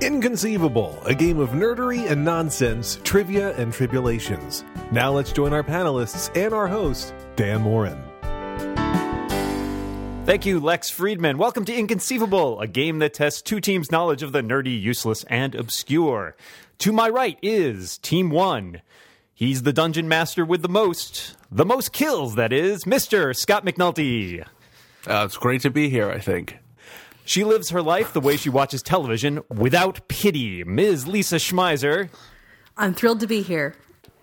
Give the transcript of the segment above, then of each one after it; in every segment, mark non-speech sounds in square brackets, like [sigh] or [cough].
Inconceivable, a game of nerdery and nonsense, trivia and tribulations. Now let's join our panelists and our host, Dan Morin. Thank you, Lex Friedman. Welcome to Inconceivable, a game that tests two teams' knowledge of the nerdy, useless, and obscure. To my right is Team One. He's the dungeon master with the most, the most kills, that is, Mr. Scott McNulty. Uh, it's great to be here, I think. She lives her life the way she watches television without pity, Ms. Lisa Schmeiser. I'm thrilled to be here.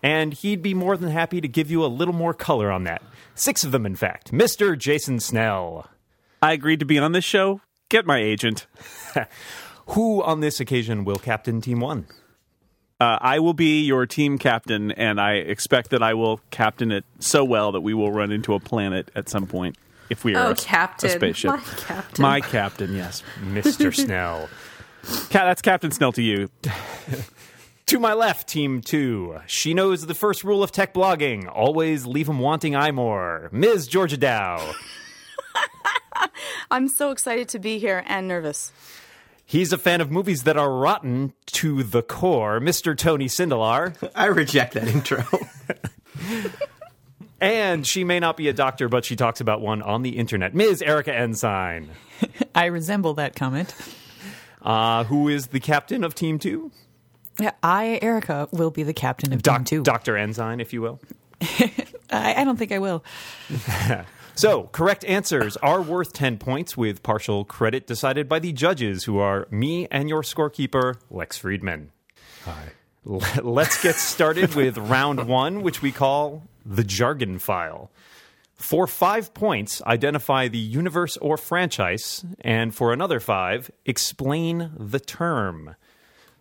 And he'd be more than happy to give you a little more color on that. Six of them, in fact. Mr. Jason Snell, I agreed to be on this show. Get my agent. who on this occasion will captain Team One. Uh, I will be your team captain, and I expect that I will captain it so well that we will run into a planet at some point if we are Oh, a, captain. a spaceship. My captain. My captain, yes. Mr. Snell. Ca- that's Captain Snell to you. To my left, Team Two. She knows the first rule of tech blogging always leave 'em wanting I more. Ms. Georgia Dow. I'm so excited to be here and nervous. He's a fan of movies that are rotten to the core. Mr. Tony Sindelar. [laughs] I reject that intro. [laughs] And she may not be a doctor, but she talks about one on the internet. Ms. Erica Ensign, I resemble that comment. uh, who is the captain of Team Two. I, Erica, will be the captain of Team Doc- Two. Dr. Ensign, if you will. I, I don't think I will. So, correct answers are worth 10 points with partial credit decided by the judges, who are me and your scorekeeper, Lex Friedman. Hi. [laughs] Let's get started with round one, which we call the jargon file. For five points, identify the universe or franchise, and for another five, explain the term.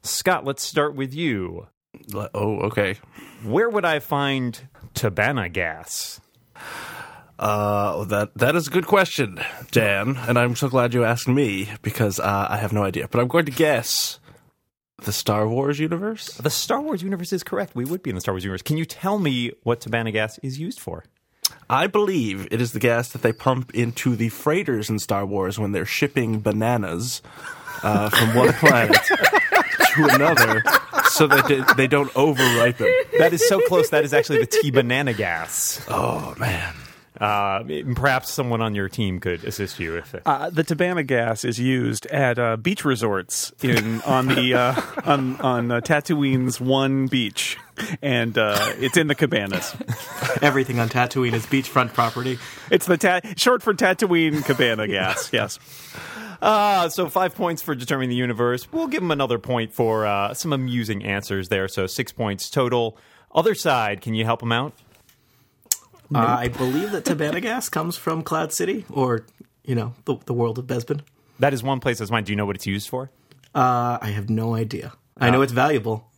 Scott, let's start with you. Le- Oh, okay. Where would I find Tabana gas? Uh, that that is a good question, Dan, and I'm so glad you asked me because uh, I have no idea. But I'm going to guess the Star Wars universe. The Star Wars universe is correct. We would be in the Star Wars universe. Can you tell me what Tabana gas is used for? I believe it is the gas that they pump into the freighters in Star Wars when they're shipping bananas uh, from one planet to another, so that they, they don't overripen. That is so close. That is actually the tea banana gas. Oh man. [laughs] Uh, perhaps someone on your team could assist you if Uh, the Tabana gas is used at uh, beach resorts in on the uh, on on uh, Tatooine's one beach, and uh, it's in the cabanas. Everything on Tatooine is beachfront property. It's the ta- short for Tatooine Cabana gas. Yes. Uh, so five points for determining the universe. We'll give them another point for uh, some amusing answers there. So six points total. Other side, can you help them out? Uh, I believe that Tabanagas comes from Cloud City, or you know, the, the world of Bespin. That is one place that's mine. Do you know what it's used for? Uh, I have no idea. I know it's valuable.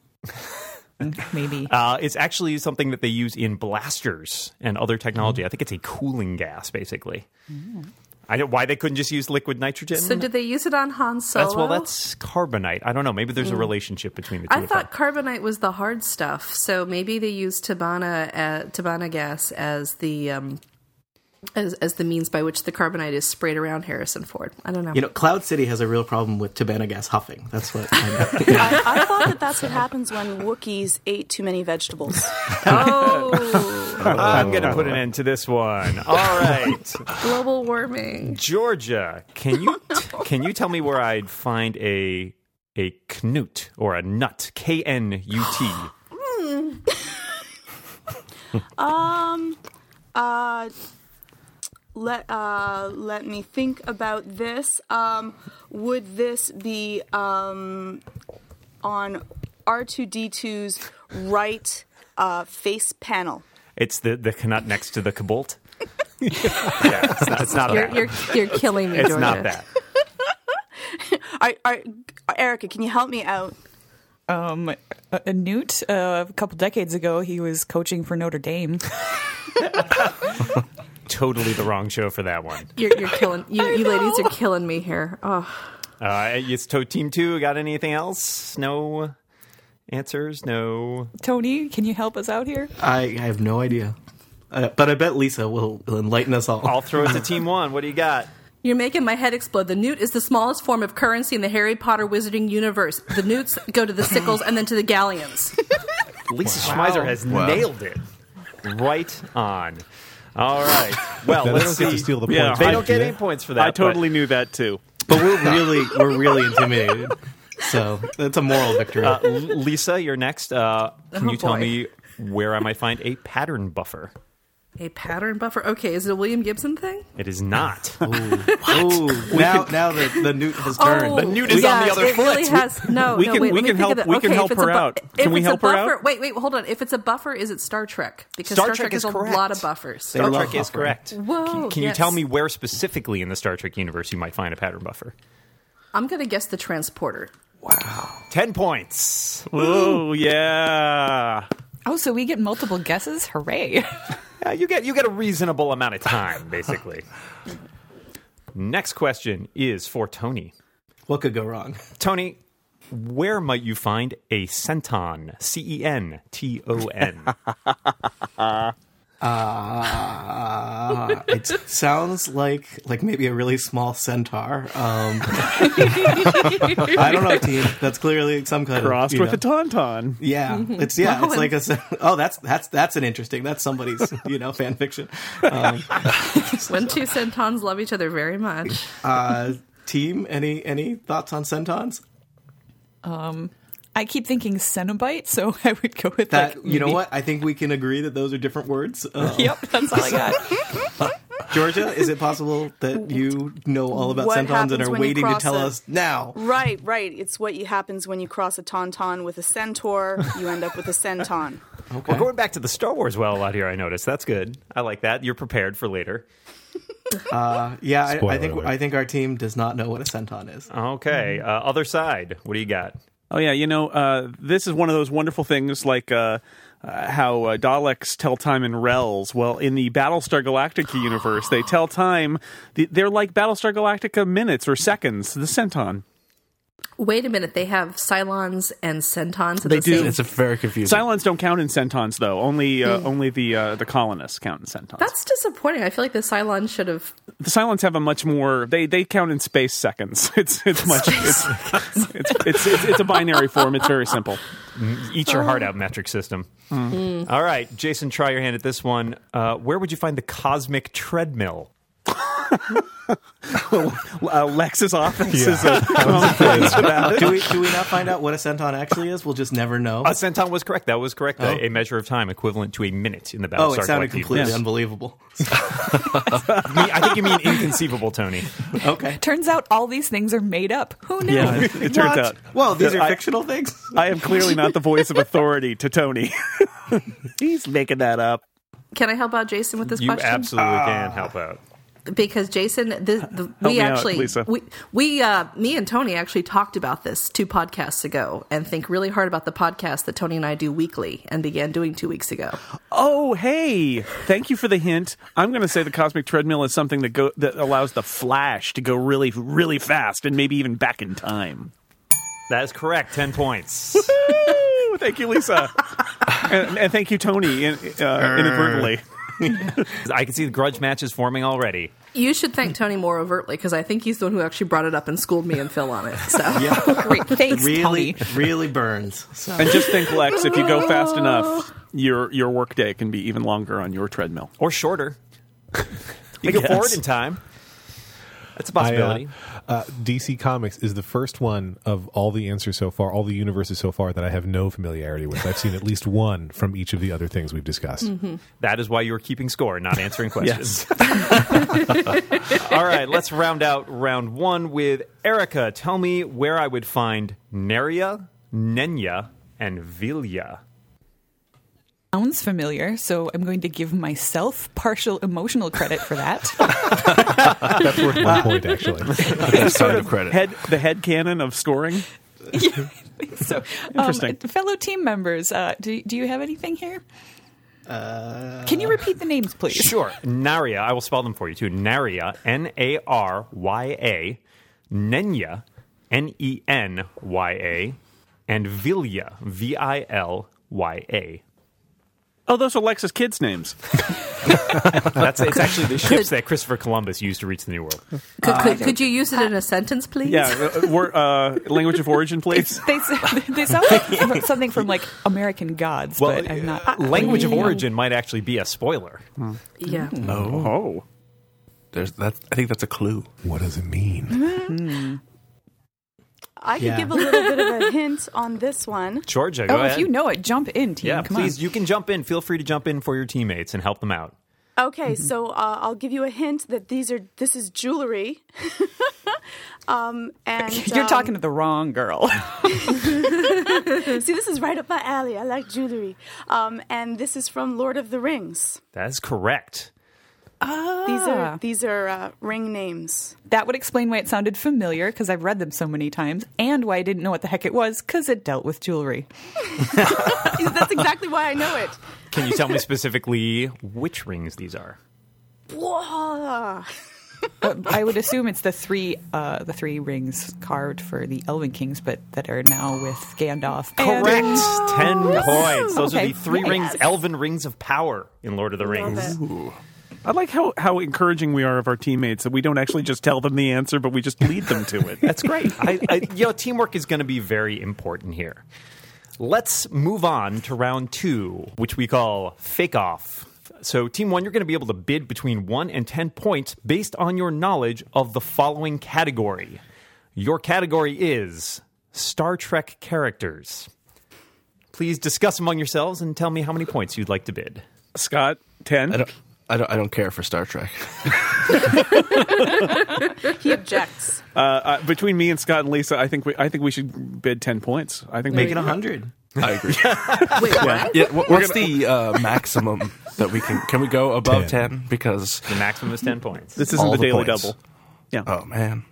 Maybe. Uh, it's actually something that they use in blasters and other technology. I think it's a cooling gas, basically. I don't why they couldn't just use liquid nitrogen. So, did they use it on Han Solo? that's well, that's carbonite. I don't know. Maybe there's a relationship between the two. Mm. I of thought them. carbonite was the hard stuff, so maybe they used Tabana uh, Tabana gas as the um, as as the means by which the carbonite is sprayed around Harrison Ford. I don't [laughs] know. You know, Cloud City has a real problem with Tabanagas huffing. That's what I know. I, I thought that that's what happens when Wookiees ate too many vegetables. oh, I'm going to put an end to this [laughs] one. All right, global warming. Georgia, can you can you tell me where I'd find a a knut or a nut? K N U [gasps] T. um, uh, let uh, let me think about this. Um, would this be um on R two D 2s right uh, face panel? It's the the knut next to the [laughs] kabolt. yeah, [laughs] it's not, it's not You're, that. you're [laughs] you're killing me, it's Georgia. not that. I, I, Erica, can you help me out? Um, uh, uh, Newt, uh, a couple decades ago, he was coaching for Notre Dame. Totally the wrong show for that one. You're, you're killing [laughs] you, you ladies are killing me here. Oh, Uh, it's Toe Team Two. Got anything else? No answers. No. [laughs] Tony, can you help us out here? I, I have no idea. Uh, but I bet Lisa will, will enlighten us [laughs] all. I'll throw it to Team One. What do you got? You're making my head explode. The newt is the smallest form of currency in the Harry Potter wizarding universe. The newts go to the sickles and then to the galleons. Lisa Schmeiser has nailed it. Right on. All right. Well, Now, they let's don't get to see. steal the Yeah, points. they They do don't get they? any points for that. I but- totally knew that too. But we're really we're really intimidated. So that's a moral victory. Uh, L- Lisa, you're next. Uh, can Oh, you tell boy. me where I might find a pattern buffer? a pattern buffer. Okay, is it a William Gibson thing? It is not. Ooh, now now that the newt has turned. the newt is on the other Oh, it foot. Really has, no, we no, can- wait, we let me can think help- Of the, we okay, can if help it's her a bu- out. if Can we it's a help her out? buffer- Wait, wait, hold on. If it's a buffer, is it Star Trek? Because Star Star, Trek Trek, is is, a correct. lot of buffers. Star love Trek is buffering. correct. Whoa, can can you yes. tell me where specifically in the Star Trek universe you might find a pattern buffer? I'm gonna guess the transporter. Ten points. Oh yeah. Oh, so we get multiple guesses? Hooray. Uh, you get you get a reasonable amount of time, [laughs] basically. Next question is for Tony. What could go wrong? Tony, where might you find a centon? C E N T O [laughs] N. Uh, it sounds like like maybe a really small centaur. [laughs] Um, I don't know, team. That's clearly some kind Crossed of you with know. a tauntaun. Yeah, Mm-hmm. it's yeah, it's like a s- oh, that's that's that's an interesting. That's somebody's [laughs] you know fan fiction. Um, When two centons love each other very much. uh, team, any any thoughts on centons? I keep thinking Cenobite, so [laughs] I would go with That like, you know maybe- what? I think we can agree that those are different words. Um, Yep, that's all I got. Georgia, is it possible that you know all about What centons and happens are when you waiting to cross tell a- us now? Right, right. It's what you- happens when you cross a tauntaun with a centaur. You end up with a centon. We're going back to the Star Wars well a lot here. I noticed. That's good. I like that. You're prepared for later. Uh, Yeah, I, I Spoiler think alert. I think our team does not know what a centon is. Okay. Uh, other side. What do you got? Oh yeah, you know, uh, this is one of those wonderful things like uh, uh, how uh, Daleks tell time in Rels. Well, in the Battlestar [gasps] Galactica universe, they tell time. th- They're like Battlestar Galactica minutes or seconds. The centon. Wait a minute, they have Cylons and Centons. at They the do. Same. It's a very confusing. Cylons don't count in centons, though. Only uh, Hmm. only the uh, the colonists count in centons. That's disappointing. I feel like the Cylons should have. the Cylons have a much more. They they count in space seconds. [laughs] It's it's much. It's, [laughs] it's, it's, it's, it's a binary form. It's very simple. Eat your heart out, metric system. All right, Jason, try your hand at this one. Uh, where would you find the cosmic treadmill? Uh, Lex's office [laughs] is Yeah. a common [laughs] place for that. do we do we not find out what a centon actually is? We'll just never know. A centon Uh, was correct. That was correct. Oh. A, a measure of time equivalent to a minute in the battle. oh, it sounded completely Yes. unbelievable. [laughs] I think you mean inconceivable, Tony. Okay. Turns out all these things are made up. Who knew? Yeah, it, it turns out. Uh, Well, these are I- fictional things. I am clearly not the voice of authority to Tony. [laughs] He's making that up. Can I help out Jason with [laughs] this You question? absolutely Ah. can help out. because Jason, [laughs] this, the, me we out, actually, Lisa. we, we, uh, me and Tony actually talked about this two podcasts ago, and think really hard about the podcast that Tony and I do weekly, and began doing two weeks ago. Oh, hey! Thank you for the hint. I'm going to say the cosmic treadmill is something that go that allows the Flash to go really, really fast and maybe even back in time. That is correct. Ten points. Woo! thank you, [laughs] Lisa, and, and thank you, Tony, in, uh, inadvertently. I can see the grudge matches forming already. You should thank Tony more overtly because I think he's the one who actually brought it up and schooled me and Phil on it. So [laughs] Great, thanks, Really, Tony. really burns. So, And just think, Lex, if you go fast enough, [laughs] your your workday can be even longer on your treadmill. Or shorter. [laughs] you go guess. forward in time. That's I, a uh, possibility. uh, DC Comics is the first one of all the answers so far, all the universes so far that I have no familiarity with. I've seen at least one from each of the other things we've discussed. That is why you're keeping score, not answering questions. [laughs] All right, let's round out round one with Erica. Tell me where I would find Neria, Nenya, and Vilya. Sounds familiar, so I'm going to give myself partial emotional credit for that. That's worth one point, actually. That's sort of credit. Head the head cannon of scoring. [laughs] so, um, Interesting. fellow team members, uh, do, do you have anything here? Uh, Can you repeat the names, please? Sure. Naria, I will spell them for you too. Naria, N A R Y A, Nenya, N E N Y A, and Vilya, V I L Y A. Oh, those are Lex's kids' names. That's it's actually [laughs] the ships that Christopher Columbus used to reach the New World. Could, could, could you use it in a sentence, please? Yeah, uh, we're, uh, language of origin, please. They, s- [laughs] they sound like from- something from like American Gods, Well, but I'm uh, not. language of origin might actually be a spoiler. Yeah. Oh, There's that. I think that's a clue. What does it mean? I could Yeah. give a little bit of a hint on this one. Georgia, go Oh, if ahead. you know it, jump in, team. yeah, Come please, on. you can jump in. Feel free to jump in for your teammates and help them out. Mm-hmm. Okay, so uh, I'll give you a hint that these are this is jewelry. [laughs] um, and [laughs] You're um, talking to the wrong girl. um, [laughs] See, this is right up my alley. I like jewelry. Um, and this is from Lord of the Rings. That is correct. [laughs] These Ah. are these are uh, ring names. [laughs] that would explain why it sounded familiar because I've read them so many times, and why I didn't know what the heck it was because it dealt with jewelry. That's exactly why I know it. Can you tell [laughs] me specifically which rings these are? Whoa. Uh, I would assume it's the three, uh, the three rings carved for the Elven Kings, but that are now with Gandalf. and- Correct. Ten points. Those Okay. are the three Yes. rings, elven rings of power in Lord of the Love Rings. it. I like how, how encouraging we are of our teammates that we don't actually just tell them the answer, but we just lead them to it. That's [laughs] great. I, I, you know, teamwork is going to be very important here. Let's move on to round two, which we call fake off. So, team one, you're going to be able to bid between one and 10 points based on your knowledge of the following category. Your category is Star Trek characters. Please discuss among yourselves and tell me how many points you'd like to bid. Scott, 10. I don't. I don't. I don't care for Star Trek. He objects. Uh, between me and Scott and Lisa, I think we I think we should bid ten points. I think Make it we, a hundred. I agree. Wait, [laughs] what? Yeah, wh- what's the uh, maximum that we can? Can we go above Ten. ten? Because The maximum is 10 points. This isn't all the, the Daily points. Double. Yeah, oh man,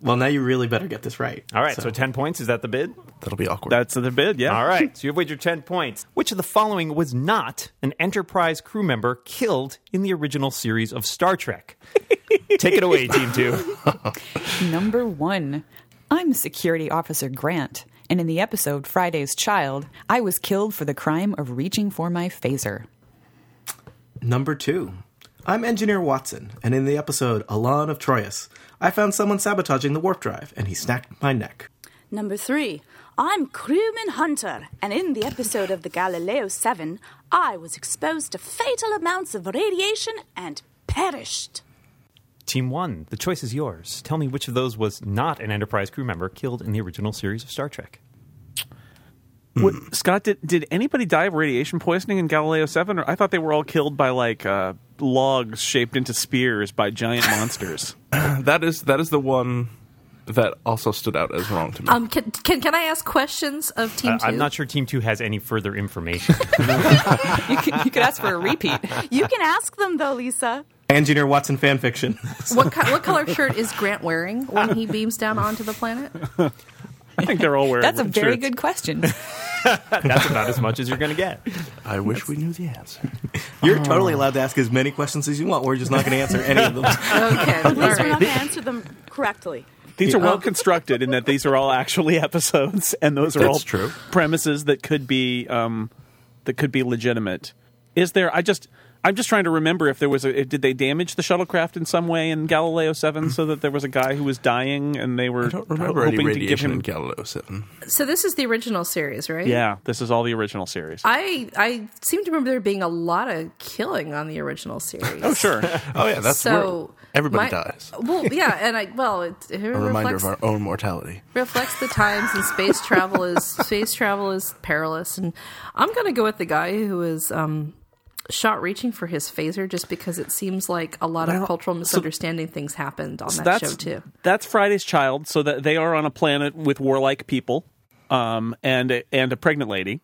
Well, now you really better get this right. All right, so 10 points. Is that the bid? that'll be awkward. that's the bid. Yeah. All right, so you've wagered 10 points. Which of the following was not an Enterprise crew member killed in the original series of Star Trek? Take it away, Team 2. Number one, I'm Security Officer Grant, and in the episode Friday's Child, I was killed for the crime of reaching for my phaser. Number two. I'm Engineer Watson, and in the episode Alon of Troyes, I found someone sabotaging the warp drive, and he snapped my neck. Number three. I'm Crewman Hunter, and in the episode of the Galileo 7, I was exposed to fatal amounts of radiation and perished. Team 1, the choice is yours. Tell me which of those was not an Enterprise crew member killed in the original series of Star Trek. What, Scott, did did anybody die of radiation poisoning in Galileo Seven? Or I thought they were all killed by like uh, logs shaped into spears by giant monsters. [laughs] that is that is the one that also stood out as wrong to me. Um, can, can, can I ask questions of Team Uh, 2? I'm not sure Team 2 has any further information. You could, you could ask for a repeat. You can ask them though, Lisa. Engineer Watson fanfiction. What, co- what color shirt is Grant wearing when he beams down onto the planet? I think they're all wearing. That's a red very shirts. good question. That's about as much as you're going to get. I wish we knew the answer. [laughs] You're totally allowed to ask as many questions as you want. We're just not going to answer any of them. [laughs] Okay. all At least we're not right. going to answer them correctly. These are well constructed in that these are all actually [laughs] episodes, and those are That's all true. premises that could be um, that could be legitimate. Is there? I just I'm just trying to remember if there was a. if- did they damage the shuttlecraft in some way in Galileo Seven so that there was a guy who was dying and they I were don't remember any hoping to give radiation in him? Galileo Seven. So this is the original series, right? yeah, this is all the original series. I I seem to remember there being a lot of killing on the [laughs] original series. [laughs] oh sure. Oh yeah, that's So where everybody my- Oh, dies. Well, yeah, and I well, it, it [laughs] A reminder reflects of our own mortality. reflects the times and space [laughs] travel is space travel is perilous and i'm going to go with the guy who is um shot reaching for his phaser just because it seems like a lot of cultural misunderstanding things happened on that show too That's Friday's Child, so that they are on a planet with warlike people, um, and and a pregnant lady.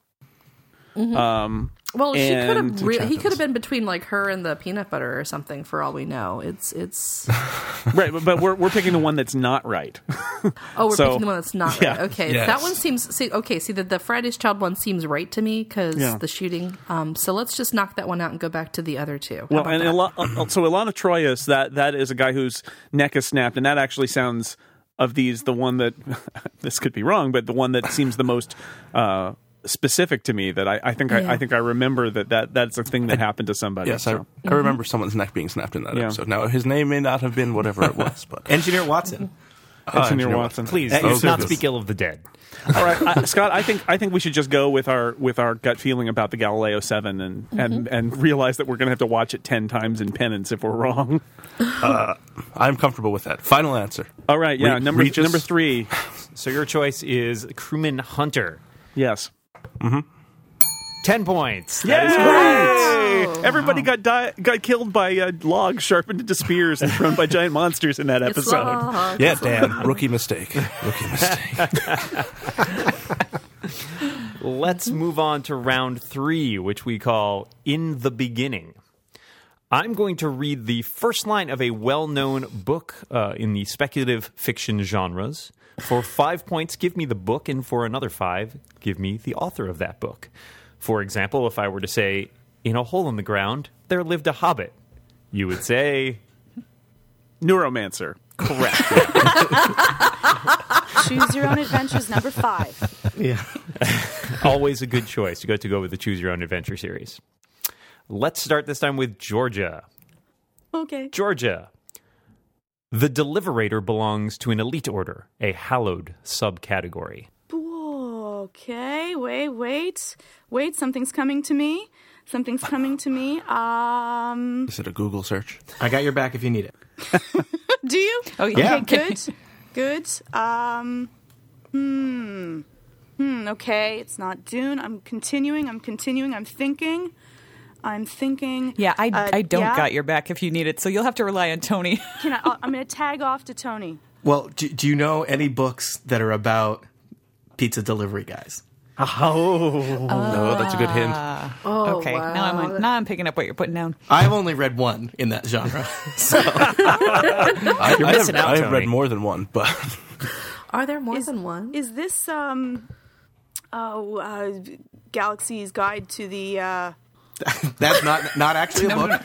Mm-hmm. Um, well she could and- have re- he could have been between like her and the peanut butter or something for all we know it's it's right, but, but we're we're picking the one that's not right. oh we're So- picking the one that's not yeah, right okay yes. that one seems see okay see the, the friday's child one seems right to me because Yeah. the shooting um so let's just knock that one out and go back to the other two How Well, about and that? Ila- uh, so Ilana Troyes, that that is a guy whose neck is snapped, and that actually [laughs] sounds of these the one that this could be wrong, but the one that seems the most uh, specific to me that I, I think I, I think I remember that, that that's a thing that happened to somebody. Yes, I, so. Mm-hmm. I remember someone's neck being snapped in that Yeah. episode. Now, his name may not have been whatever it was, [laughs] but Engineer Watson. Engineer Watson. Please, That let's is not goodness. speak ill of the dead. All right, uh, Scott. I think I think we should just go with our with our gut feeling about the Galileo Seven, and and, and realize that we're going to have to watch it ten times in penance if we're wrong. I'm comfortable with that. Final answer. All right, yeah. Re- number Regis? number three. So your choice is Crewman Hunter. Yes. Ten points. Yes. Wow. Everybody got di- got killed by uh, logs sharpened into spears and thrown by giant monsters in that It's episode. locked. Yeah, Dan. Rookie [laughs] mistake. Rookie mistake. Let's move on to round three, which we call In the Beginning. I'm going to read the first line of a well known book uh, in the speculative fiction genres. For five points, give me the book, and for another five, give me the author of that book. For example, if I were to say, In a hole in the ground, there lived a hobbit, you would say, Neuromancer. [laughs] Correct. Choose Your Own Adventures number five. Yeah. Always a good choice. You got to go with the Choose Your Own Adventure series. Let's start this time with Georgia. Okay. Georgia. The deliberator belongs to an elite order, a hallowed subcategory. Okay, wait, wait. Wait, something's coming to me. Something's coming to me. Um, Is it a Google search? I got your back if you need it. do you? Oh, yeah. Okay, good. Good. Um, hmm. Hmm, okay, it's not Dune. I'm continuing, I'm continuing, I'm thinking. I'm thinking. Yeah, I, Uh, I don't yeah? got your back if you need it, so you'll have to rely on Tony. [laughs] Can I, I'll- I'm going to tag off to Tony. Well, do, do you know any books that are about pizza delivery guys? Oh. Oh, no, that's a good hint. Oh, okay, wow. now I'm on, now I'm picking up what you're putting down. I've only read one in that genre. I, I have, missing out, I have read Tony. more than [laughs] one, but [laughs] Are there more Is- than one? Is this um oh uh, Galaxy's Guide to the uh [laughs] That's not not actually a book.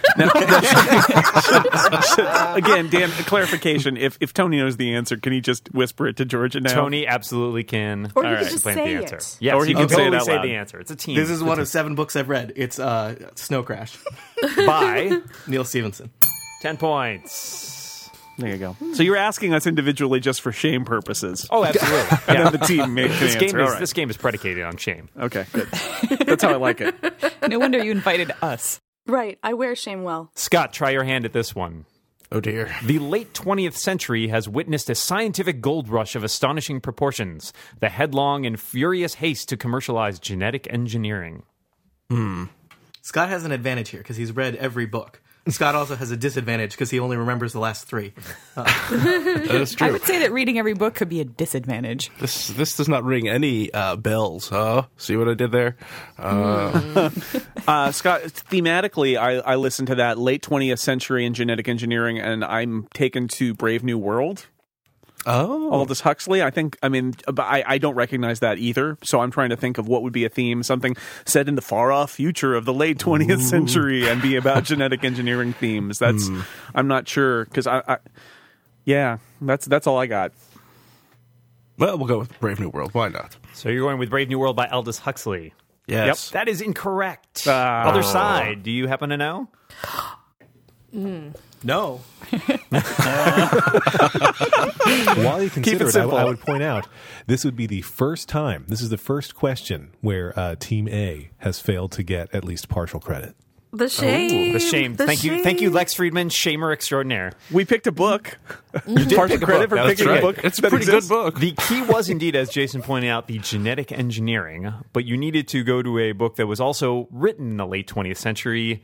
Again, Dan, a clarification. If if Tony knows the answer, can he just whisper it to Georgia now? Tony absolutely can. Or you All could just plant say the answer. it. Yes, Or he you can can say it totally out say loud. the answer. It's a team. This is one of seven books I've read. It's uh, Snow Crash, by Neil Stevenson. [laughs] ten points. There you go. So you're asking us individually just for shame purposes. Oh, absolutely. and [laughs] Yeah. then the team make This an game answer. is All right. this game is predicated on shame. Okay, good. That's how I [laughs] like it. No wonder you invited us. Right, I wear shame well. Scott, try your hand at this one. oh dear. The late 20th century has witnessed a scientific gold rush of astonishing proportions, the headlong and furious haste to commercialize genetic engineering. Scott has an advantage here because he's read every book. Scott also has a disadvantage because he only remembers the last three. That is I true. would say that reading every book could be a disadvantage. This this does not ring any uh, bells. Huh? See what I did there? Uh, Uh, Scott, thematically, I, I listened to that late 20th century in genetic engineering, and I'm taken to Brave New World. Oh, Aldous Huxley. I think. I mean, but I, I don't recognize that either. So I'm trying to think of what would be a theme, something set in the far off future of the late 20th century, and be about genetic engineering themes. That's. I'm not sure because I, I. Yeah, that's that's all I got. well, we'll go with Brave New World. Why not? So you're going with Brave New World by Aldous Huxley. Yes. That is incorrect. Other side, do you happen to know? No, While you consider it, I w- simple. I, would point out this would be the first time. This is the first question where uh, Team A has failed to get at least partial credit. the shame. The shame. The Thank you. Thank you, shame. Lex Friedman, shamer extraordinaire. We picked a book. You did pick a book, for that's picking right. a book. It's a that pretty exists. good book. The key was indeed, as Jason pointed out, the genetic engineering, but you needed to go to a book that was also written in the late 20th century.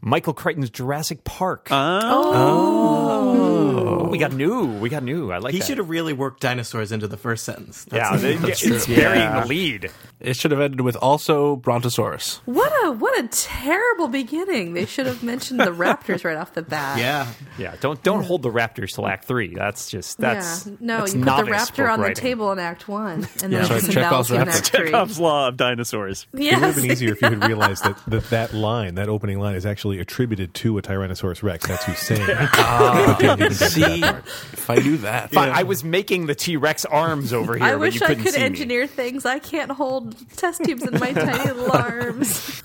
Michael Crichton's Jurassic Park. Oh, we got new. We got new. I like he that. should have really worked dinosaurs into the first sentence. That's Yeah, they- it's burying the lead. It should have ended with also Brontosaurus. What a what a terrible beginning. They should have mentioned the Raptors right off the bat. yeah. Yeah, don't don't hold the Raptors till Act Three. That's just that's yeah. No, that's you put the novice raptor on book writing. the table in [laughs] Act One, and Yeah. then Sorry, it's in Chekhov's Valentine raptor. Act Three. Chekhov's Law of Dinosaurs. It would have been [laughs] Yes. easier if you had realized [laughs] that, that that [laughs] [laughs] Ah. line, that opening line, is actually attributed to a Tyrannosaurus Rex. That's who's saying. it. But they didn't think about See, part. If I knew that, But I was making the T Rex [laughs] arms over here. I but wish you I couldn't could see me. engineer things. I can't hold test tubes in my [laughs] tiny little arms.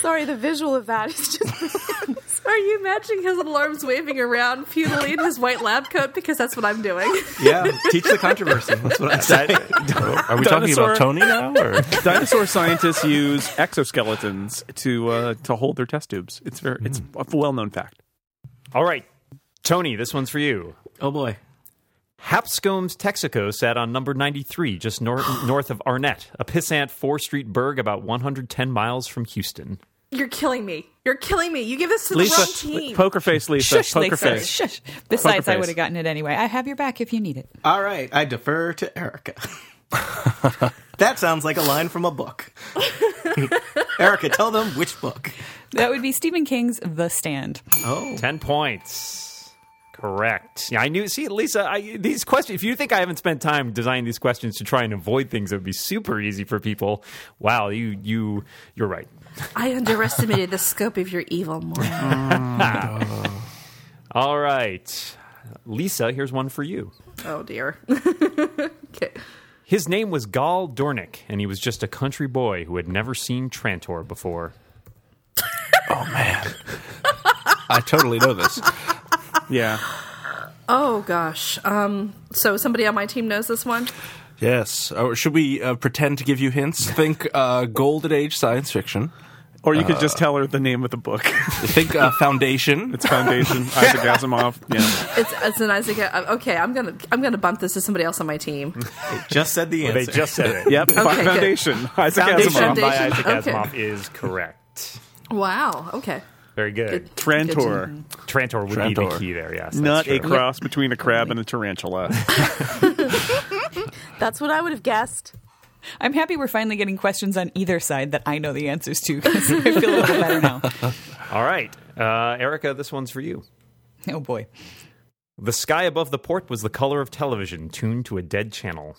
Sorry, the visual of that is just. Are you matching his little arms waving around futilely in his white lab coat? Because that's what I'm doing. Yeah, teach the controversy. That's what I said. [laughs] Are we talking Dinosaur. about Tony now? Or? Dinosaur scientists use exoskeletons to uh, to hold their test tubes. It's very it's a well known fact. All right, Tony, this one's for you. Oh boy. Hapscomb's Texaco sat on number 93, just [sighs] nor- north of Arnett, a pissant four street burg about 110 miles from Houston. [laughs] You're killing me. You're killing me. You give this to the wrong team. poker face, Lisa. Shush, poker Lisa. face. Shush. Besides, I face. would have gotten it anyway. I have your back if you need it. All right, I defer to Erica. [laughs] that sounds like a line from [laughs] a book. Erica, tell them which book. Oh, That would be Stephen King's The Stand. 10 points. Correct. Yeah, I knew. See, Lisa, I, these questions, if you think I haven't spent time designing these questions to try and avoid things that would be super easy for people, wow, you, you, you're right. I underestimated the scope of your evil, Moira. All right. Lisa, here's one for you. [laughs] Oh dear. okay. His name was Gall Dornick, and he was just a country boy who had never seen Trantor before. I totally know this. Yeah. [laughs] Oh gosh. Um. So somebody on my team knows this one. Yes. Or should we uh, pretend to give you hints? Think uh, golden age science fiction. Or you could just Uh, tell her the name of the book. [laughs] Think uh, Foundation. [laughs] It's Foundation, Isaac Asimov. Yeah. It's, it's an Isaac. uh, Okay, I'm gonna I'm gonna bump this to somebody else on my team. Just said the They answer. just said it. [laughs] Yep. Okay, Foundation. Isaac Foundation Asimov. by Isaac Foundation? Asimov is correct. Wow. Okay. Very good. Trantor. Trantor would be the Trantor. key there, yes. that's Not a true. cross between a crab and [laughs] a tarantula. That's what I would have guessed. I'm happy we're finally getting questions on either side that I know the answers to 'cause I feel a little better now. All right. Uh, Erica, this one's for you. Oh boy. The sky above the port was the color of television, tuned to a dead channel.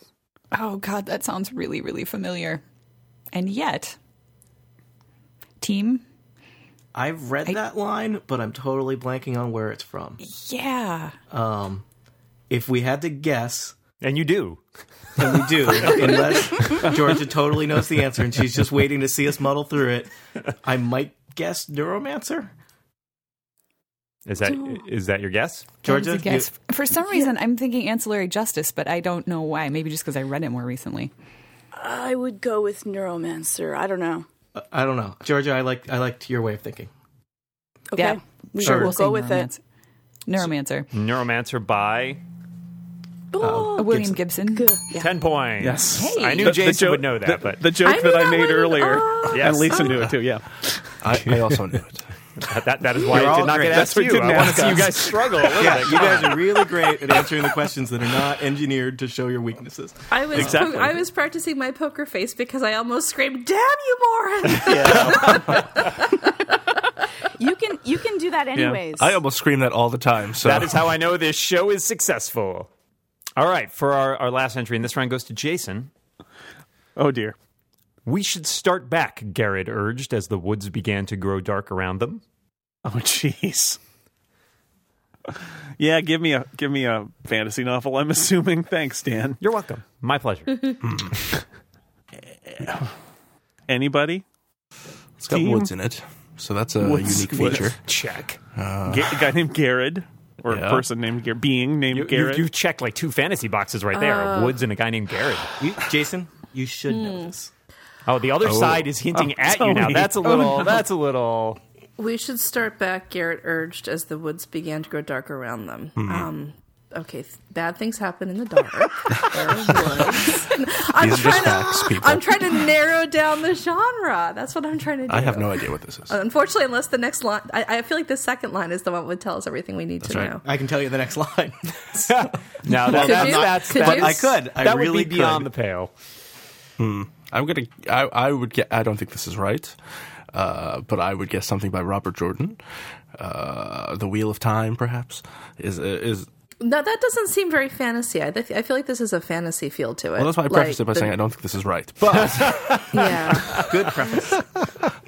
Oh god, that sounds really, really familiar. And yet, team, I've read that line, but I'm totally blanking on where it's from. yeah, Um, if we had to guess, And you do. and we [laughs] do, unless Georgia totally knows the answer and she's just waiting to see us muddle through it, I might guess Neuromancer. Is that is that your guess? Georgia, That was a you- guess. for some reason, I'm thinking ancillary justice, but I don't know why. Maybe just because I read it more recently. I would go with Neuromancer. I don't know. I don't know, Georgia. I like I liked your way of thinking. Okay. Yeah, We Sure. will We'll say go with it. Neuromancer. Neuromancer. Uh, Neuromancer by Oh, William Gibson. good. Yeah. 10 points. Yes. I knew The- the Jason joke- would know that, the, but the joke I that knew I that made one. earlier, Oh. and Yes. Lisa knew it too. [laughs] Yeah, I, I also knew it. Uh, that, that is why You're I all did not great. get That's asked what you. didn't I want ask to see you us. guys struggle a little Yeah, bit. you guys [laughs] are really great at answering the questions that are not engineered to show your weaknesses. I was Exactly. I was practicing my poker face because I almost screamed, "Damn you, [laughs] Morin!" You can you can do that anyways. I almost scream that all the time. So That is how I know this show is successful. All right, for our, our last entry, and this round goes to Jason. Oh dear. We should start back, Garrett urged as the woods began to grow dark around them. Oh jeez. Yeah, give me a give me a fantasy novel. I'm assuming. Thanks, Dan. You're welcome. My [laughs] pleasure. Anybody? it's got Team. woods in it. So that's a Woods- unique woods. feature. Check. Ga- a guy named Garrod, or Yeah. a person named Garrod, being named You, you, Garrod. you checked like two fantasy boxes right there Oh. Woods and a guy named Garrett. You, Jason, you should Hmm. know this. Oh, the other side is hinting Oh, at you now. Tony. That's a little. That's a little. [laughs] We should start back, Garrett urged as the woods began to grow dark around them. Hmm. Um, okay, th- bad things happen in the [laughs] dark. There are woods. I'm, These are just trying facts, to, people. I'm trying to narrow down the genre. That's what I'm trying to do. I have no idea what this Uh, is. Unfortunately, unless the next line, I, I feel like the second line is the one that would tell us everything we need to right. know. I can tell you the next line. No, that, that's, Could you? that's, Could that's- you? I could. I that would really be beyond could. the pale. I'm gonna. I, I would get. I don't think this is right, uh, but I would guess something by Robert Jordan. Uh, the Wheel of Time, perhaps, is is. No, that doesn't seem very fantasy. I, th- I feel like this is a fantasy feel to [laughs] it. Well, that's why I prefaced it by saying I don't think this is right, but Yeah. [laughs] Good preface.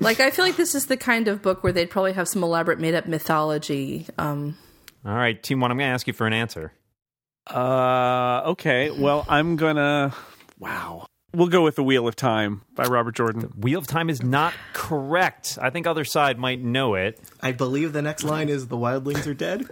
Like I feel like this is the kind of book where they'd probably have some elaborate made up mythology. Um, All right, team one, I'm going to ask you for an answer. Uh, okay. Well, I'm gonna. Wow. We'll go with the Wheel of Time by Robert Jordan. Wheel of Time is not correct. I think other side might know it. I believe the next line is the wildlings are dead.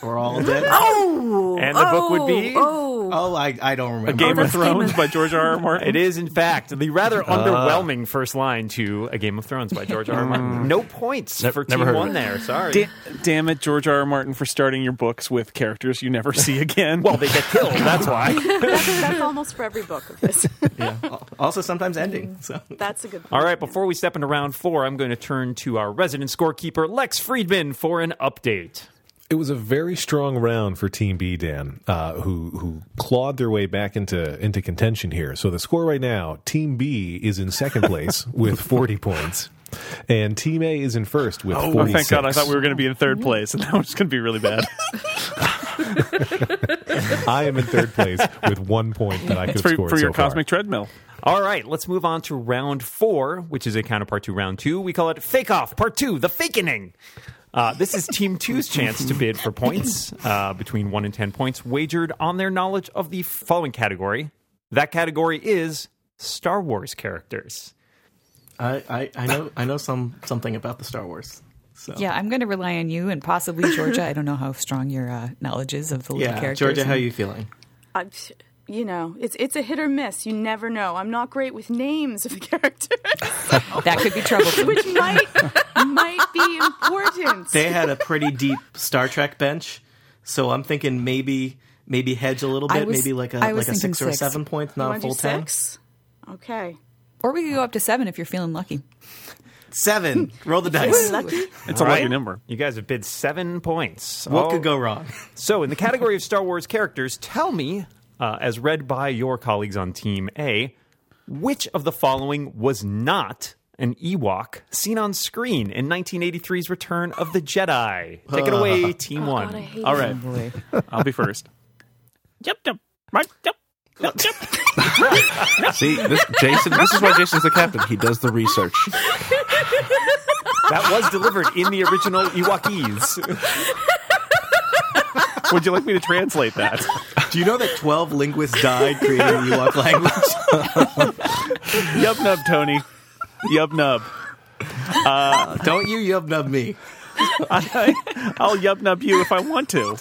We're all dead. oh, And the book would be? oh, Oh, I, I don't remember. A Game of that's Game Thrones of- by George R. R. Martin. It is, in fact, the rather Uh. underwhelming first line to A Game of Thrones by George R. R. Martin. No points for Mm. never team heard of one it. there. Sorry. Da- damn it, George R. R. Martin, for starting your books with characters you never see again. well, they get killed. That's why. [laughs] That's almost for every book of this. Also, sometimes Hmm. ending. So [laughs] That's a good [laughs] point. All right, before we step into round four, I'm going to turn to our resident scorekeeper, Lex Friedman, for an update. It was a very strong round for Team B, Dan, uh, who who clawed their way back into into contention here. So the score right now, Team B is in second [laughs] place with forty points, and Team A is in first with [laughs] Oh, forty. thank God! I thought we were going to be in third place, and that was going to be really bad. I am in third place with one point that I could It's for, score for your so far. cosmic treadmill. All right, let's move on to round four, which is a counterpart to round two. We call it Fake Off Part Two, The Fakening. Uh, this is Team Two's chance to bid for points uh, between one and ten points, wagered on their knowledge of the following category. That category is Star Wars characters. I, I, I know I know some something about the Star Wars. So Yeah, I'm going to rely on you and possibly Georgia. I don't know how strong your uh, knowledge is of the little yeah, characters. Georgia, how and- you feeling? I, you know, it's it's a hit or miss. You never know. I'm not great with names of [laughs] the characters, [laughs] That could be troublesome. which might might be important. They had a pretty deep Star Trek bench, so I'm thinking maybe maybe hedge a little I bit, was- maybe like a I was like a thinking six or a six. seven points, You not a wanna do full ten. six? Okay. or we could go up to seven if you're feeling lucky. Seven. Roll the dice. Lucky. It's All a right, lucky number. You guys have bid seven points. What All- could go wrong? So, in the category of Star Wars characters, tell me, uh, as read by your colleagues on Team A, which of the following was not an Ewok seen on screen in 1983's Return of the Jedi? Take it Uh. away, Team One. Oh, God, I hate All it. right, I'll be first. Yep, yep, right, yep, yep, yep. See, this, Jason. This is why Jason's the captain. He does the research. That was delivered in the original [laughs] Ewokese. [laughs] Would you like me to translate that? [laughs] Do you know that twelve linguists died creating the Ewok language? Yub nub, Tony. Yub nub. [laughs] Don't you yub nub me. I, I'll yub nub you if I want to. All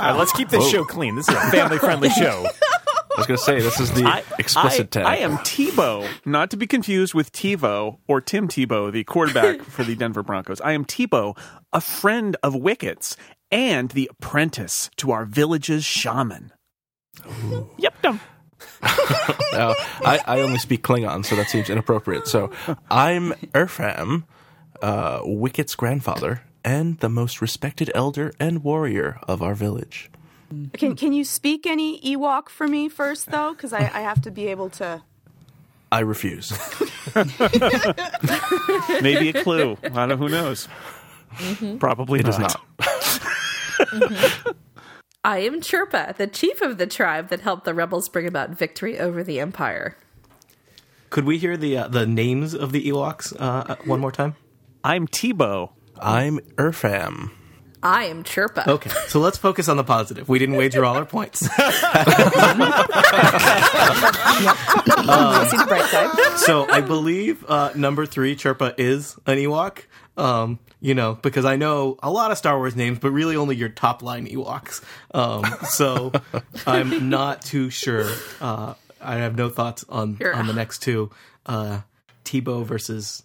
right, let's keep this show clean. This is a family [laughs] friendly show. I was going to say this is the I, explicit I, tag. I am Tebow, not to be confused with TiVo or Tim Tebow, the [laughs] quarterback for the Denver Broncos. I am Tebow, a friend of Wicket's and the apprentice to our village's shaman. Yep, dum. Now, I, I only speak Klingon, so that seems inappropriate. So I'm Erfam, uh, Wicket's grandfather, and the most respected elder and warrior of our village. Can can you speak any Ewok for me first though? Because I, I have to be able to. [laughs] I refuse. Maybe a clue. I don't know. Who knows? Mm-hmm. Probably It is not. I am Chirpa, the chief of the tribe that helped the rebels bring about victory over the empire. Could we hear the uh, the names of the Ewoks uh, uh, one more time? I'm Tebow. I'm Erfam. I am Chirpa. [laughs] Okay, so let's focus on the positive. We didn't wager all our points. see the bright side. so I believe uh, number three, Chirpa, is an Ewok. Um, you know, because I know a lot of Star Wars names, but really only your top line Ewoks. Um, [laughs] so I'm not too sure. Uh, I have no thoughts on You're- on the next two, uh, Tebow versus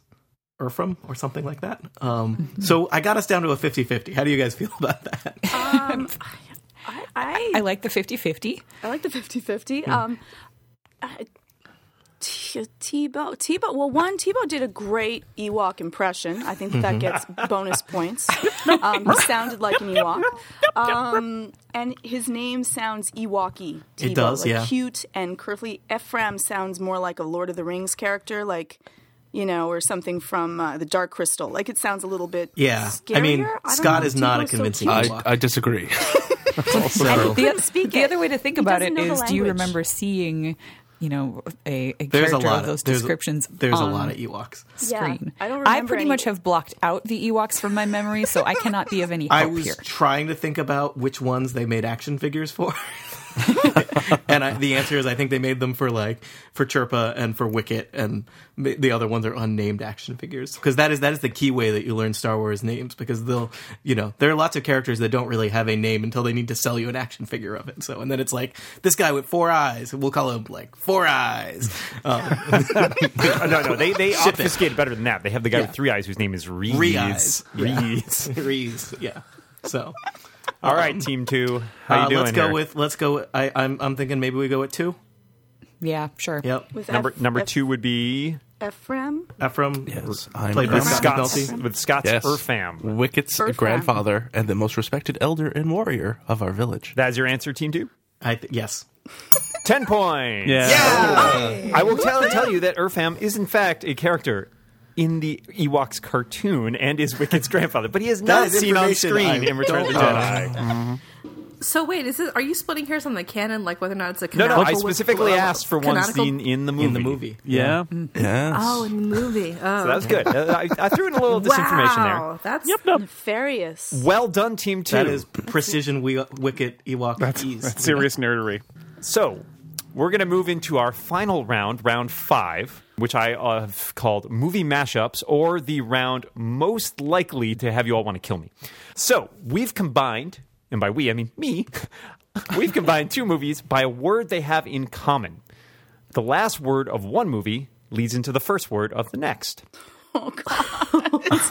Erfram or something like that. Um, Mm-hmm. so I got us down to a 50-50. How do you guys feel [laughs] about that? Um, I, I, I like the 50 50. I like the 50 Hmm. 50. Um, I- T- Tebow, Tebow. Well, one Tebow did a great Ewok impression. I think that, Mm-hmm. that gets [laughs] bonus points. Um, he sounded like an Ewok, um, and his name sounds Ewoky. Tebow, It does, like yeah. Cute and curly. Ephraim sounds more like a Lord of the Rings character, like you know, or something from uh, the Dark Crystal. Like it sounds a little bit. Yeah. scarier. I mean, don't Scott know. is not a Tebow's so convincing cute. I, [laughs] I disagree. So- The, Speak the it. other way to think about doesn't it know the is do you language. remember seeing you know, a, a There's character a lot of those there's- descriptions. There's on a lot of Ewoks. Screen. Yeah, I don't remember pretty any- much have blocked out the Ewoks from my memory, so I cannot be of any help I was here. trying to think about which ones they made action [laughs] figures for. and I, the answer is I think they made them for like for Chirpa and for Wicket and ma- the other ones are unnamed action figures because that is that is the key way that you learn Star Wars names because they'll you know there are lots of characters that don't really have a name until they need to sell you an action figure of it so and then it's like this guy with four eyes we'll call him like four [laughs] eyes um, Uh, no, no, they they Ship it. obfuscated better than that. They have the guy Yeah. with three eyes whose name is Reeves. Reeyes. Yeah. Reeves. threes yeah so All right, Team Two, how you uh, doing? let's go here? with let's go with- I I'm I'm thinking maybe we go with two Yeah, sure. yep With number Eph- number Eph- two would be Ephraim. Ephraim Yes, r- I'm played by Ephraim. Scott Scott's McNulty. with Scott's Yes. Urfam. Wicket's Urfam. grandfather and the most respected elder and warrior of our village. That's your answer, Team Two. I th- yes. Ten points. Yeah. I will tell tell you that Urfam is in fact a character in the Ewoks cartoon and is Wicked's grandfather, but he is not is seen on information screen I in Return of Oh. the don't know. Jedi. So wait, is this? Are you splitting hairs on the canon, like whether or not it's a No, canonical? no, I specifically asked for one canonical- scene in the movie. In the movie. Yeah. Yes. Oh, in the movie. Oh, [laughs] So that was good. Uh, I, I threw in a little disinformation there. wow, that's Nefarious. Well done, Team Two. That is precision we- wicket Ewok ease. Serious nerdery. So, we're going to move into our final round, round five, which I uh, have called movie mashups or the round most likely to have you all want to kill me. So, we've combined, and by we, I mean me, [laughs] we've combined two movies by a word they have in common. The last word of one movie leads into the first word of the next. Yay. [laughs]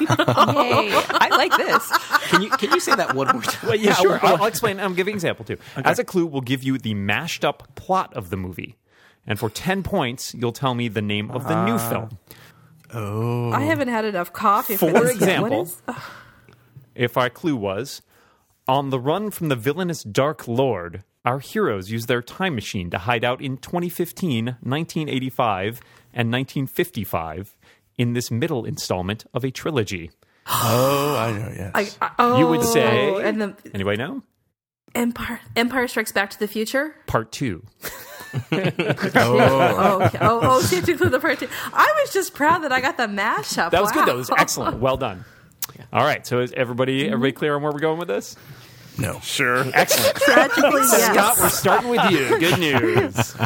I like this. Can you can you say that one more time? Well, yeah, I'll, I'll explain. I'm giving an example too. As a clue, we'll give you the mashed up plot of the movie. And for 10 points, you'll tell me the name of the new film. I haven't had enough coffee. For For, this yet. What example, is- oh, if our clue was on the run from the villainous Dark Lord, our heroes use their time machine to hide out in 2015, 1985, and 1955 in this middle installment of a trilogy. oh, I know. Yes. I, I- oh, you would say, and the anybody know? Empire Empire Strikes Back to the Future. Part two. oh. Oh, okay. oh, oh, she had to include the part two. I was just proud that I got the mashup. That was wow. good though. It was excellent. Well done. All right. So is everybody everybody clear on where we're going with this? No. Sure. Excellent. Tragically, [laughs] yes. Scott, [laughs] we're starting with you. Good news.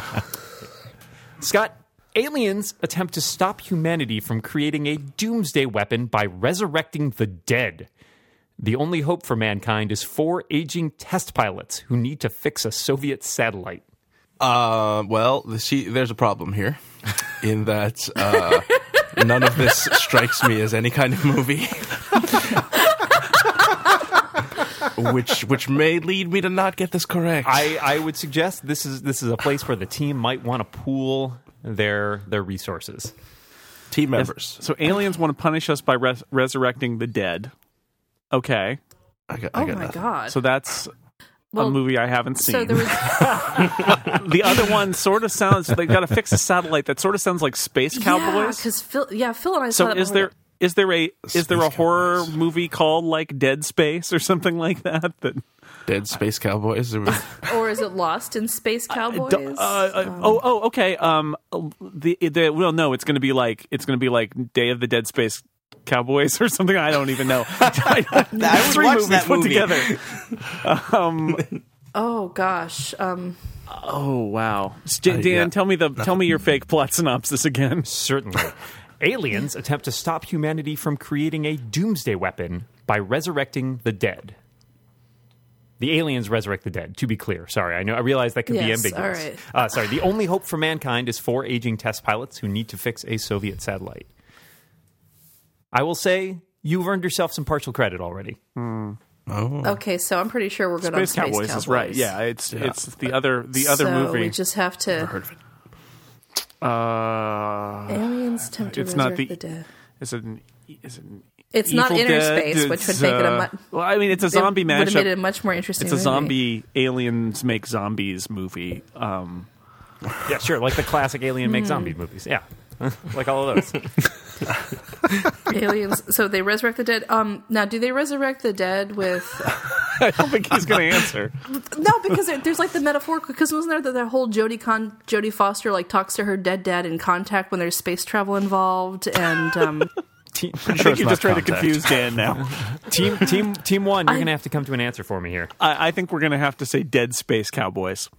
[laughs] Scott, aliens attempt to stop humanity from creating a doomsday weapon by resurrecting the dead. The only hope for mankind is four aging test pilots who need to fix a Soviet satellite. Uh, well, the, see, there's a problem here, in that uh, none of this strikes me as any kind of movie, [laughs] which which may lead me to not get this correct. I, I would suggest this is this is a place where the team might want to pool their their resources. Team members. So aliens want to punish us by res- resurrecting the dead. Okay. I got, I [laughs] Oh got my nothing. god. So that's Well, a movie I haven't seen. So there was the other one sort of sounds they've got to fix a satellite that sort of sounds like Space [laughs] Cowboys. Yeah, because Phil, yeah, Phil and I saw so that. is before. there is there a is there a Space horror Cowboys. movie called like Dead Space or something like that? That Dead Space Cowboys. There was- or is it Lost in Space Cowboys? Uh, uh, oh oh okay um the, the well no it's gonna be like it's gonna be like Day of the Dead Space Cowboys or something I don't even know. I would Three watch movies that put movie. together. Oh, gosh, um, Oh wow, Dan! yeah. Tell me the tell me your fake plot synopsis again. Certainly. Aliens attempt to stop humanity from creating a doomsday weapon by resurrecting the dead. The aliens resurrect the dead, to be clear. Sorry, I know I realize that could be Yes, ambiguous. all right. uh, sorry, the only hope for mankind is four aging test pilots who need to fix a Soviet satellite. I will say you've earned yourself some partial credit already. okay, so I'm pretty sure we're good Hmm. Space on Space Cowboys, is right. Yeah, it's it's the other the other so movie. we just have to. uh, Aliens attempt to it's not resurrect the- the, dead. is it an, e, is it an It's not Evil inner Dead? space, which would It's, make it a uh, mu- well. I mean, it's a zombie It would have made it a mashup. much more interesting. It's a movie. [laughs] zombie aliens make zombies movie. Um, Yeah, sure, like the classic alien make zombie Hmm. movies. Yeah. like all [laughs] of those. [laughs] Aliens. So they resurrect the dead. Um, now do they resurrect the dead with [laughs] I don't think he's going [laughs] to answer. No, because there- there's like the metaphorical. Because wasn't there that that whole Jodie Con Jodie Foster like talks to her dead dad in contact when there's space travel involved, and [laughs] um, Team, [laughs] I think you're not just trying contact. to confuse Dan now. team, team, team one, you're I- going to have to come to an answer for me here. I, I think we're going to have to say Dead Space Cowboys.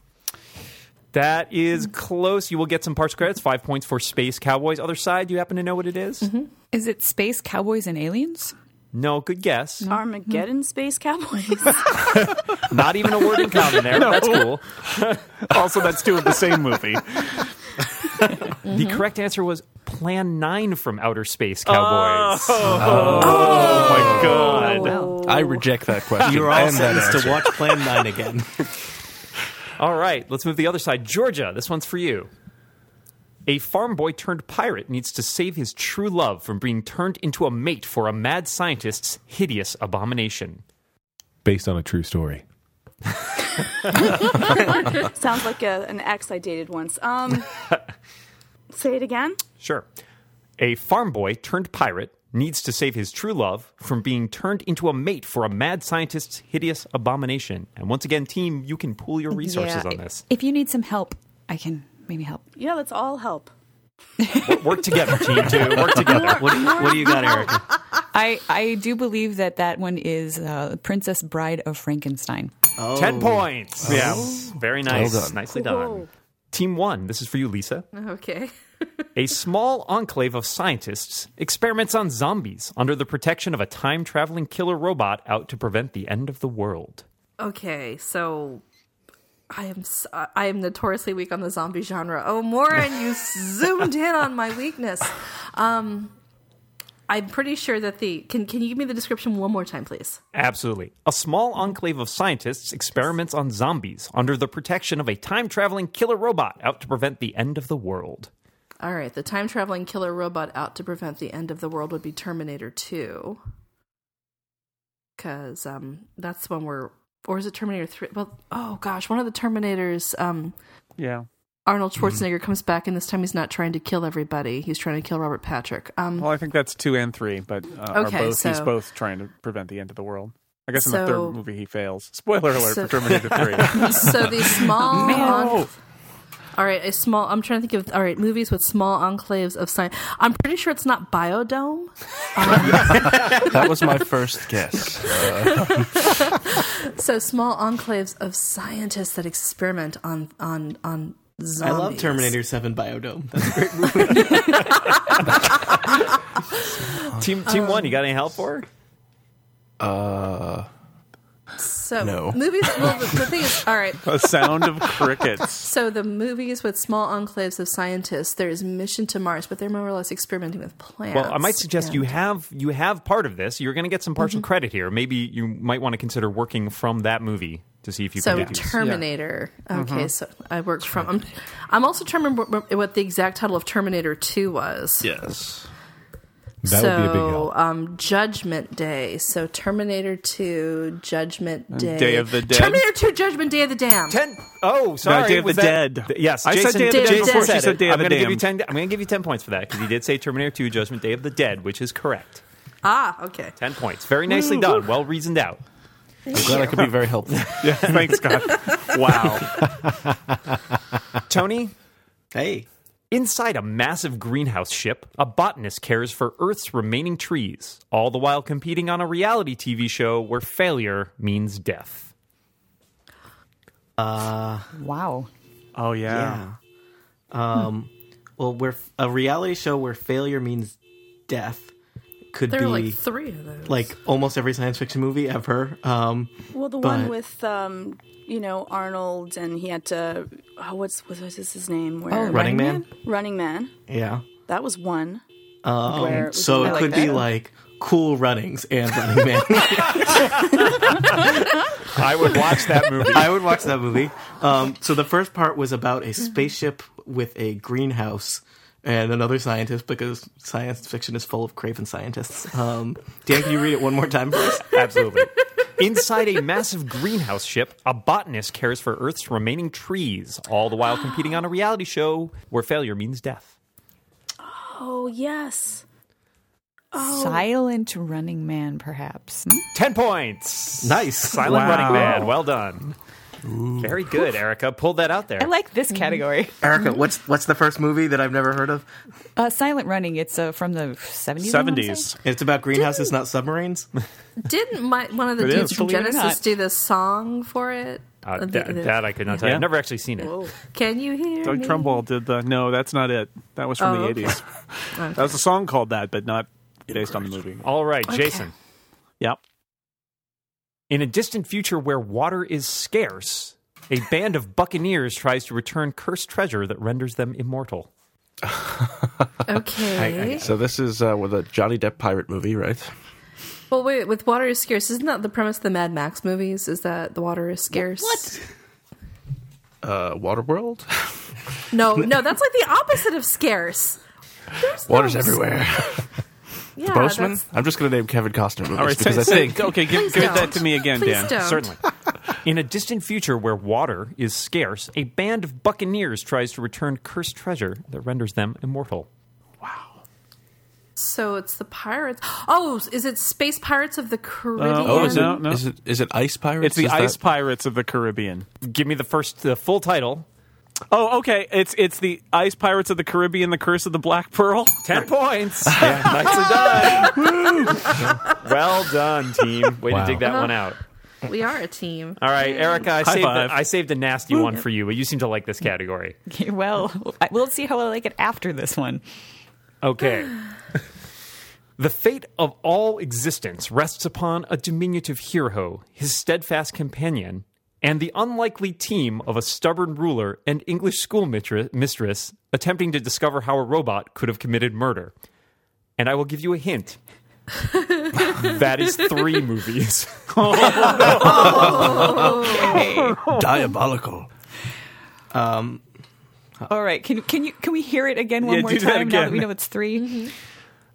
That is close. You will get some parts credits. Five points for Space Cowboys. Other side, you happen to know what it is? Is it Space Cowboys and Aliens? No, good guess. Armageddon Space Cowboys. [laughs] [laughs] Not even a word in common there. but That's cool. Also, that's two of the [laughs] same movie. The correct answer was Plan 9 from Outer Space Cowboys. Oh. Oh My God. I reject that question. [laughs] You're all and that sentenced to answer. watch Plan 9 [laughs] again. All right, let's move to the other side. Georgia, this one's for you. A farm boy turned pirate needs to save his true love from being turned into a mate for a mad scientist's hideous abomination. based on a true story. Sounds like a, an ex I dated once. [laughs] Um, say it again. Sure. A farm boy turned pirate needs to save his true love from being turned into a mate for a mad scientist's hideous abomination. And once again, team, you can pool your resources Yeah, on i- this. If you need some help, I can maybe help. Yeah, let's all help. Work together, team [laughs] two. Work together. What do you, what do you got, Eric? I, I do believe that that one is uh, Princess Bride of Frankenstein. [laughs] Oh. Ten points. Yeah. Very nice. Well done. Nicely done. Team one, this is for you, Lisa. okay, A small enclave of scientists experiments on zombies under the protection of a time traveling killer robot out to prevent the end of the world. okay, so. I am s- I am notoriously weak on the zombie genre. Oh, Morin, [laughs] you zoomed in on my weakness. Um, I'm pretty sure that the can can you give me the description one more time, please? Absolutely. A small enclave of scientists experiments on zombies under the protection of a time traveling killer robot out to prevent the end of the world. All right, the time traveling killer robot out to prevent the end of the world would be Terminator 2. Cuz um that's the one where or is it Terminator 3? Well, oh gosh, one of the Terminators um Yeah. Arnold Schwarzenegger comes back and this time he's not trying to kill everybody. He's trying to kill Robert Patrick. Um Well, I think that's two and three, but uh, are Okay, both, he's so- both trying to prevent the end of the world. I guess in the So- third movie he fails. Spoiler alert So- for Terminator [laughs] 3. so the small No. en- All right, a small I'm trying to think of all right, movies with small enclaves of science. I'm pretty sure it's not Biodome. That was my first guess. So small enclaves of scientists that experiment on on on zombies. I love Terminator 7 Biodome. That's great. Team Team One, you got any help for? her? So No. [laughs] movies. Well, the, the thing [laughs] is, all right. the sound of crickets. So the movies with small enclaves of scientists. There is Mission to Mars, but they're more or less experimenting with plants. Well, I might suggest you and- have you have part of this. You're going to get some partial credit here. Maybe you might want to consider working from that movie to see if you So can do Mm-hmm. this. Terminator. Okay, so I worked from. I'm, I'm also trying to remember what the exact title of Terminator Two was. [laughs] Yes. That so would be a big help. um, Judgment Day. So Terminator Two, Judgment Day, Day of the Dead. Terminator Two, Judgment Day of the Damned. Ten. Oh, sorry. Day of was the that- Dead. Th- Yes, I said Jason, Day of the Dead Jason before she said said it. Day of I'm the gonna give you Damned. ten. I'm going to give you ten points for that because he did say Terminator 2: Judgment Day of the Dead, which is correct. Ah, okay. Ten points. Very nicely done. Well reasoned out. I'm glad I could be very helpful. Yeah, [laughs] thanks, God. Wow. [laughs] Tony, Hey. Inside a massive greenhouse ship, a botanist cares for Earth's remaining trees, all the while competing on a reality TV show where failure means death. Wow. Oh, yeah. Yeah. Um, well, we're a reality show where failure means death could There be are like three of those. like almost every science fiction movie ever. Um, Well, the But- one with um, you know Arnold, and he had to. Oh, what's what was his name? Where Oh, Running Running Man. Running Man. Yeah. That was one. Where it Um, was so just it like could that. be like Cool Runnings and Running Man. I would watch that movie. I would watch that movie. Um, so the first part was about a spaceship with a greenhouse and another scientist because science fiction is full of craven scientists. Um, Dan, can you read it one more time for us? [laughs] Absolutely. Inside a massive greenhouse ship, a botanist cares for Earth's remaining trees, all the while competing on a reality show where failure means death. Oh yes. Silent Running Man, perhaps. Hmm? Ten points. Nice. Silent Wow. Running Man. Well done. Very good, Erica. Pulled that out there. I like this category. Erica, what's what's the first movie that I've never heard of? [laughs] Uh, Silent Running. It's uh, from the 70s. I wanna say? Seventies. It's about greenhouses, not submarines. Didn't my, one of the It dudes is. from Believe it or Genesis not. do the song for it? Uh, Uh, the- that, the- that I could not tell. you. Yeah. I've never actually seen it. Can you hear Doug me? [laughs] Trumbull did the. No, that's not it. That was from Oh, the okay. [laughs] eighties. That was a song called that, but not based on the movie. All right, Okay. Jason. Yep. In a distant future where water is scarce, a band of buccaneers tries to return cursed treasure that renders them immortal. Okay. So this is uh, with a Johnny Depp pirate movie, right? Well, wait. With water is scarce, isn't that the premise of the Mad Max movies? Is that the water is scarce? What? Uh, Waterworld. No, no, that's like the opposite of scarce. There's no- Water's everywhere. Yeah, Bozeman. Ah, that's- I'm just going to name Kevin Costner movies All right. because say- I say- think Okay. Give, Please give that don't. to me again, Please Dan. don't. Certainly. In a distant future where water is scarce, a band of buccaneers tries to return cursed treasure that renders them immortal. So it's the pirates. Oh, is it Space Pirates of the Caribbean? oh, is it, No, no. is it is it Ice Pirates? It's the Is Ice that- Pirates of the Caribbean. Give me the first, the full title. Oh, okay. It's it's the Ice Pirates of the Caribbean: The Curse of the Black Pearl. Ten [laughs] points. Nicely done. well done, team. Way Wow. to dig that one out. We are a team. All right, Erica, I saved, five. the, I saved a nasty one for you, but you seem to like this category. Okay, [laughs] well, I- we'll see how I like it after this one. Okay. [gasps] the fate of all existence rests upon a diminutive hero, his steadfast companion, and the unlikely team of a stubborn ruler and English school mitre- mistress attempting to discover how a robot could have committed murder. And I will give you a hint. that is three movies. Okay. diabolical. All right. Can can you can we hear it again one Uh. Yeah, more do that time now that again. we know it's 3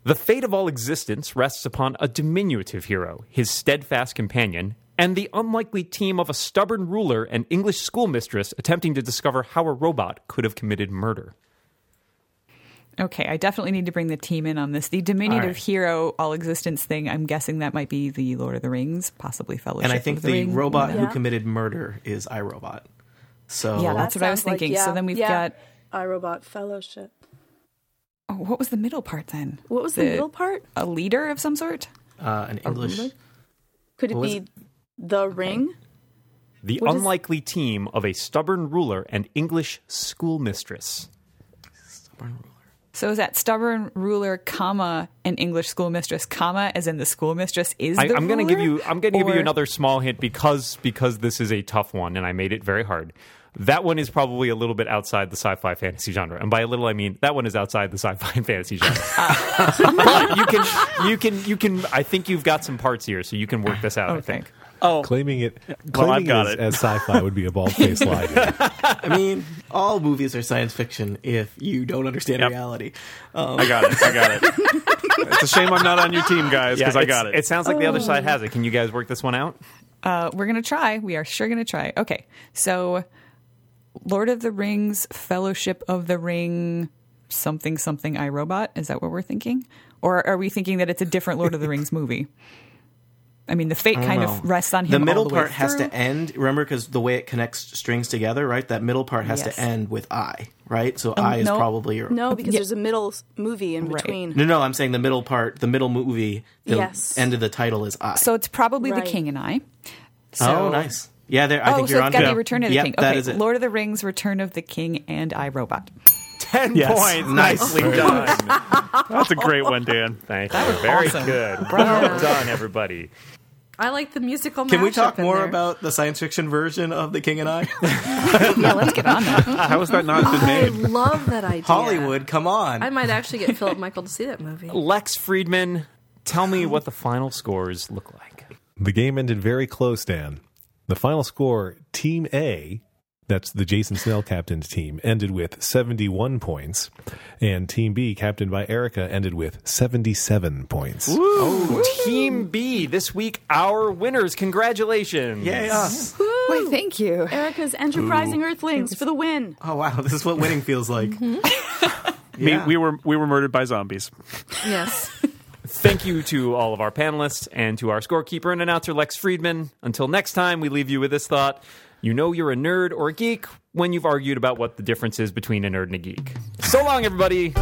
The fate of all existence rests upon a diminutive hero, his steadfast companion, and the unlikely team of a stubborn ruler and English schoolmistress attempting to discover how a robot could have committed murder. Okay, I definitely need to bring the team in on this. The diminutive right. hero all existence thing. I'm guessing that might be the Lord of the Rings, possibly Fellowship. And I of think the, the Ring. robot who Yeah. committed murder is iRobot. So Yeah, that's That what I was sounds like- thinking. yeah, So then we've yeah. got iRobot Fellowship. oh, what was the middle part then? What was the, middle part? A leader of some sort. uh, an English. really? Could it what was be The Ring? The What is- unlikely team of a stubborn ruler and English schoolmistress. So is that stubborn ruler, comma, an English schoolmistress, comma, as in the schoolmistress is I, the I'm going to give ruler? you. I'm going to give you Or- another small hint because because this is a tough one, and I made it very hard. That one is probably a little bit outside the sci-fi fantasy genre, and by a little I mean that one is outside the sci-fi [laughs] and fantasy genre. but you can you can you can. I think you've got some parts here, so you can work this out. I Okay. think. Oh, Claiming it, Well, claiming I've got as, it. as sci-fi would be a [laughs] bald-faced lie. I mean, all movies are science fiction if you don't understand Yep. reality. I got it. I got it. it's a shame I'm not on your team, guys, because I it's- got it. It sounds like the other side has it. Can you guys work this one out? Uh, we're gonna try. We are sure gonna try. Okay, so Lord of the Rings, Fellowship of the Ring, something something iRobot. Is that what we're thinking, or are we thinking that it's a different Lord of the Rings movie? I mean, the fate kind of know. rests on him. The middle all the way part has through. to end. Remember, because the way it connects strings together, right? That middle part has Yes. Oh, to end with I, right? So I is no. probably your. No, because there's a middle s- movie in Right. between. no, no. I'm saying the middle part, the middle movie, the Yes. end of the title is I. So it's probably Right. the King and I. So, oh, nice. Yeah, there. I Oh, think so you're it's on. got to yeah. be Return of the Yep, King. that Okay, is it. Lord of the Rings, Return of the King, and iRobot. Ten Yes. points. Nice. Nicely done. That's a great one, Dan. Thank you. Very awesome. good. Well done, everybody. I like the musical. Can we mashup talk in more there. about the science fiction version of The King and I? [laughs] yeah, let's get [laughs] on that. How has that not been I made? love that idea. Hollywood, come on. I might actually get Philip Michael to see that movie. Lex Friedman, tell me what the final scores look like. the game ended very close, Dan. The final score, Team A, that's the Jason Snell captain's team, ended with 71 points, and Team B, captained by Erica, ended with 77 points. Oh, Team B this week, our winners. Congratulations! Yay us. Why, thank you. Erica's Enterprising Earthlings for the win. Oh wow, [laughs] this is what winning feels like. Me, Yeah. we were we were murdered by zombies. Yes. Thank you to all of our panelists and to our scorekeeper and announcer, Lex Friedman. Until next time, we leave you with this thought You know you're a nerd or a geek when you've argued about what the difference is between a nerd and a geek. So long, everybody.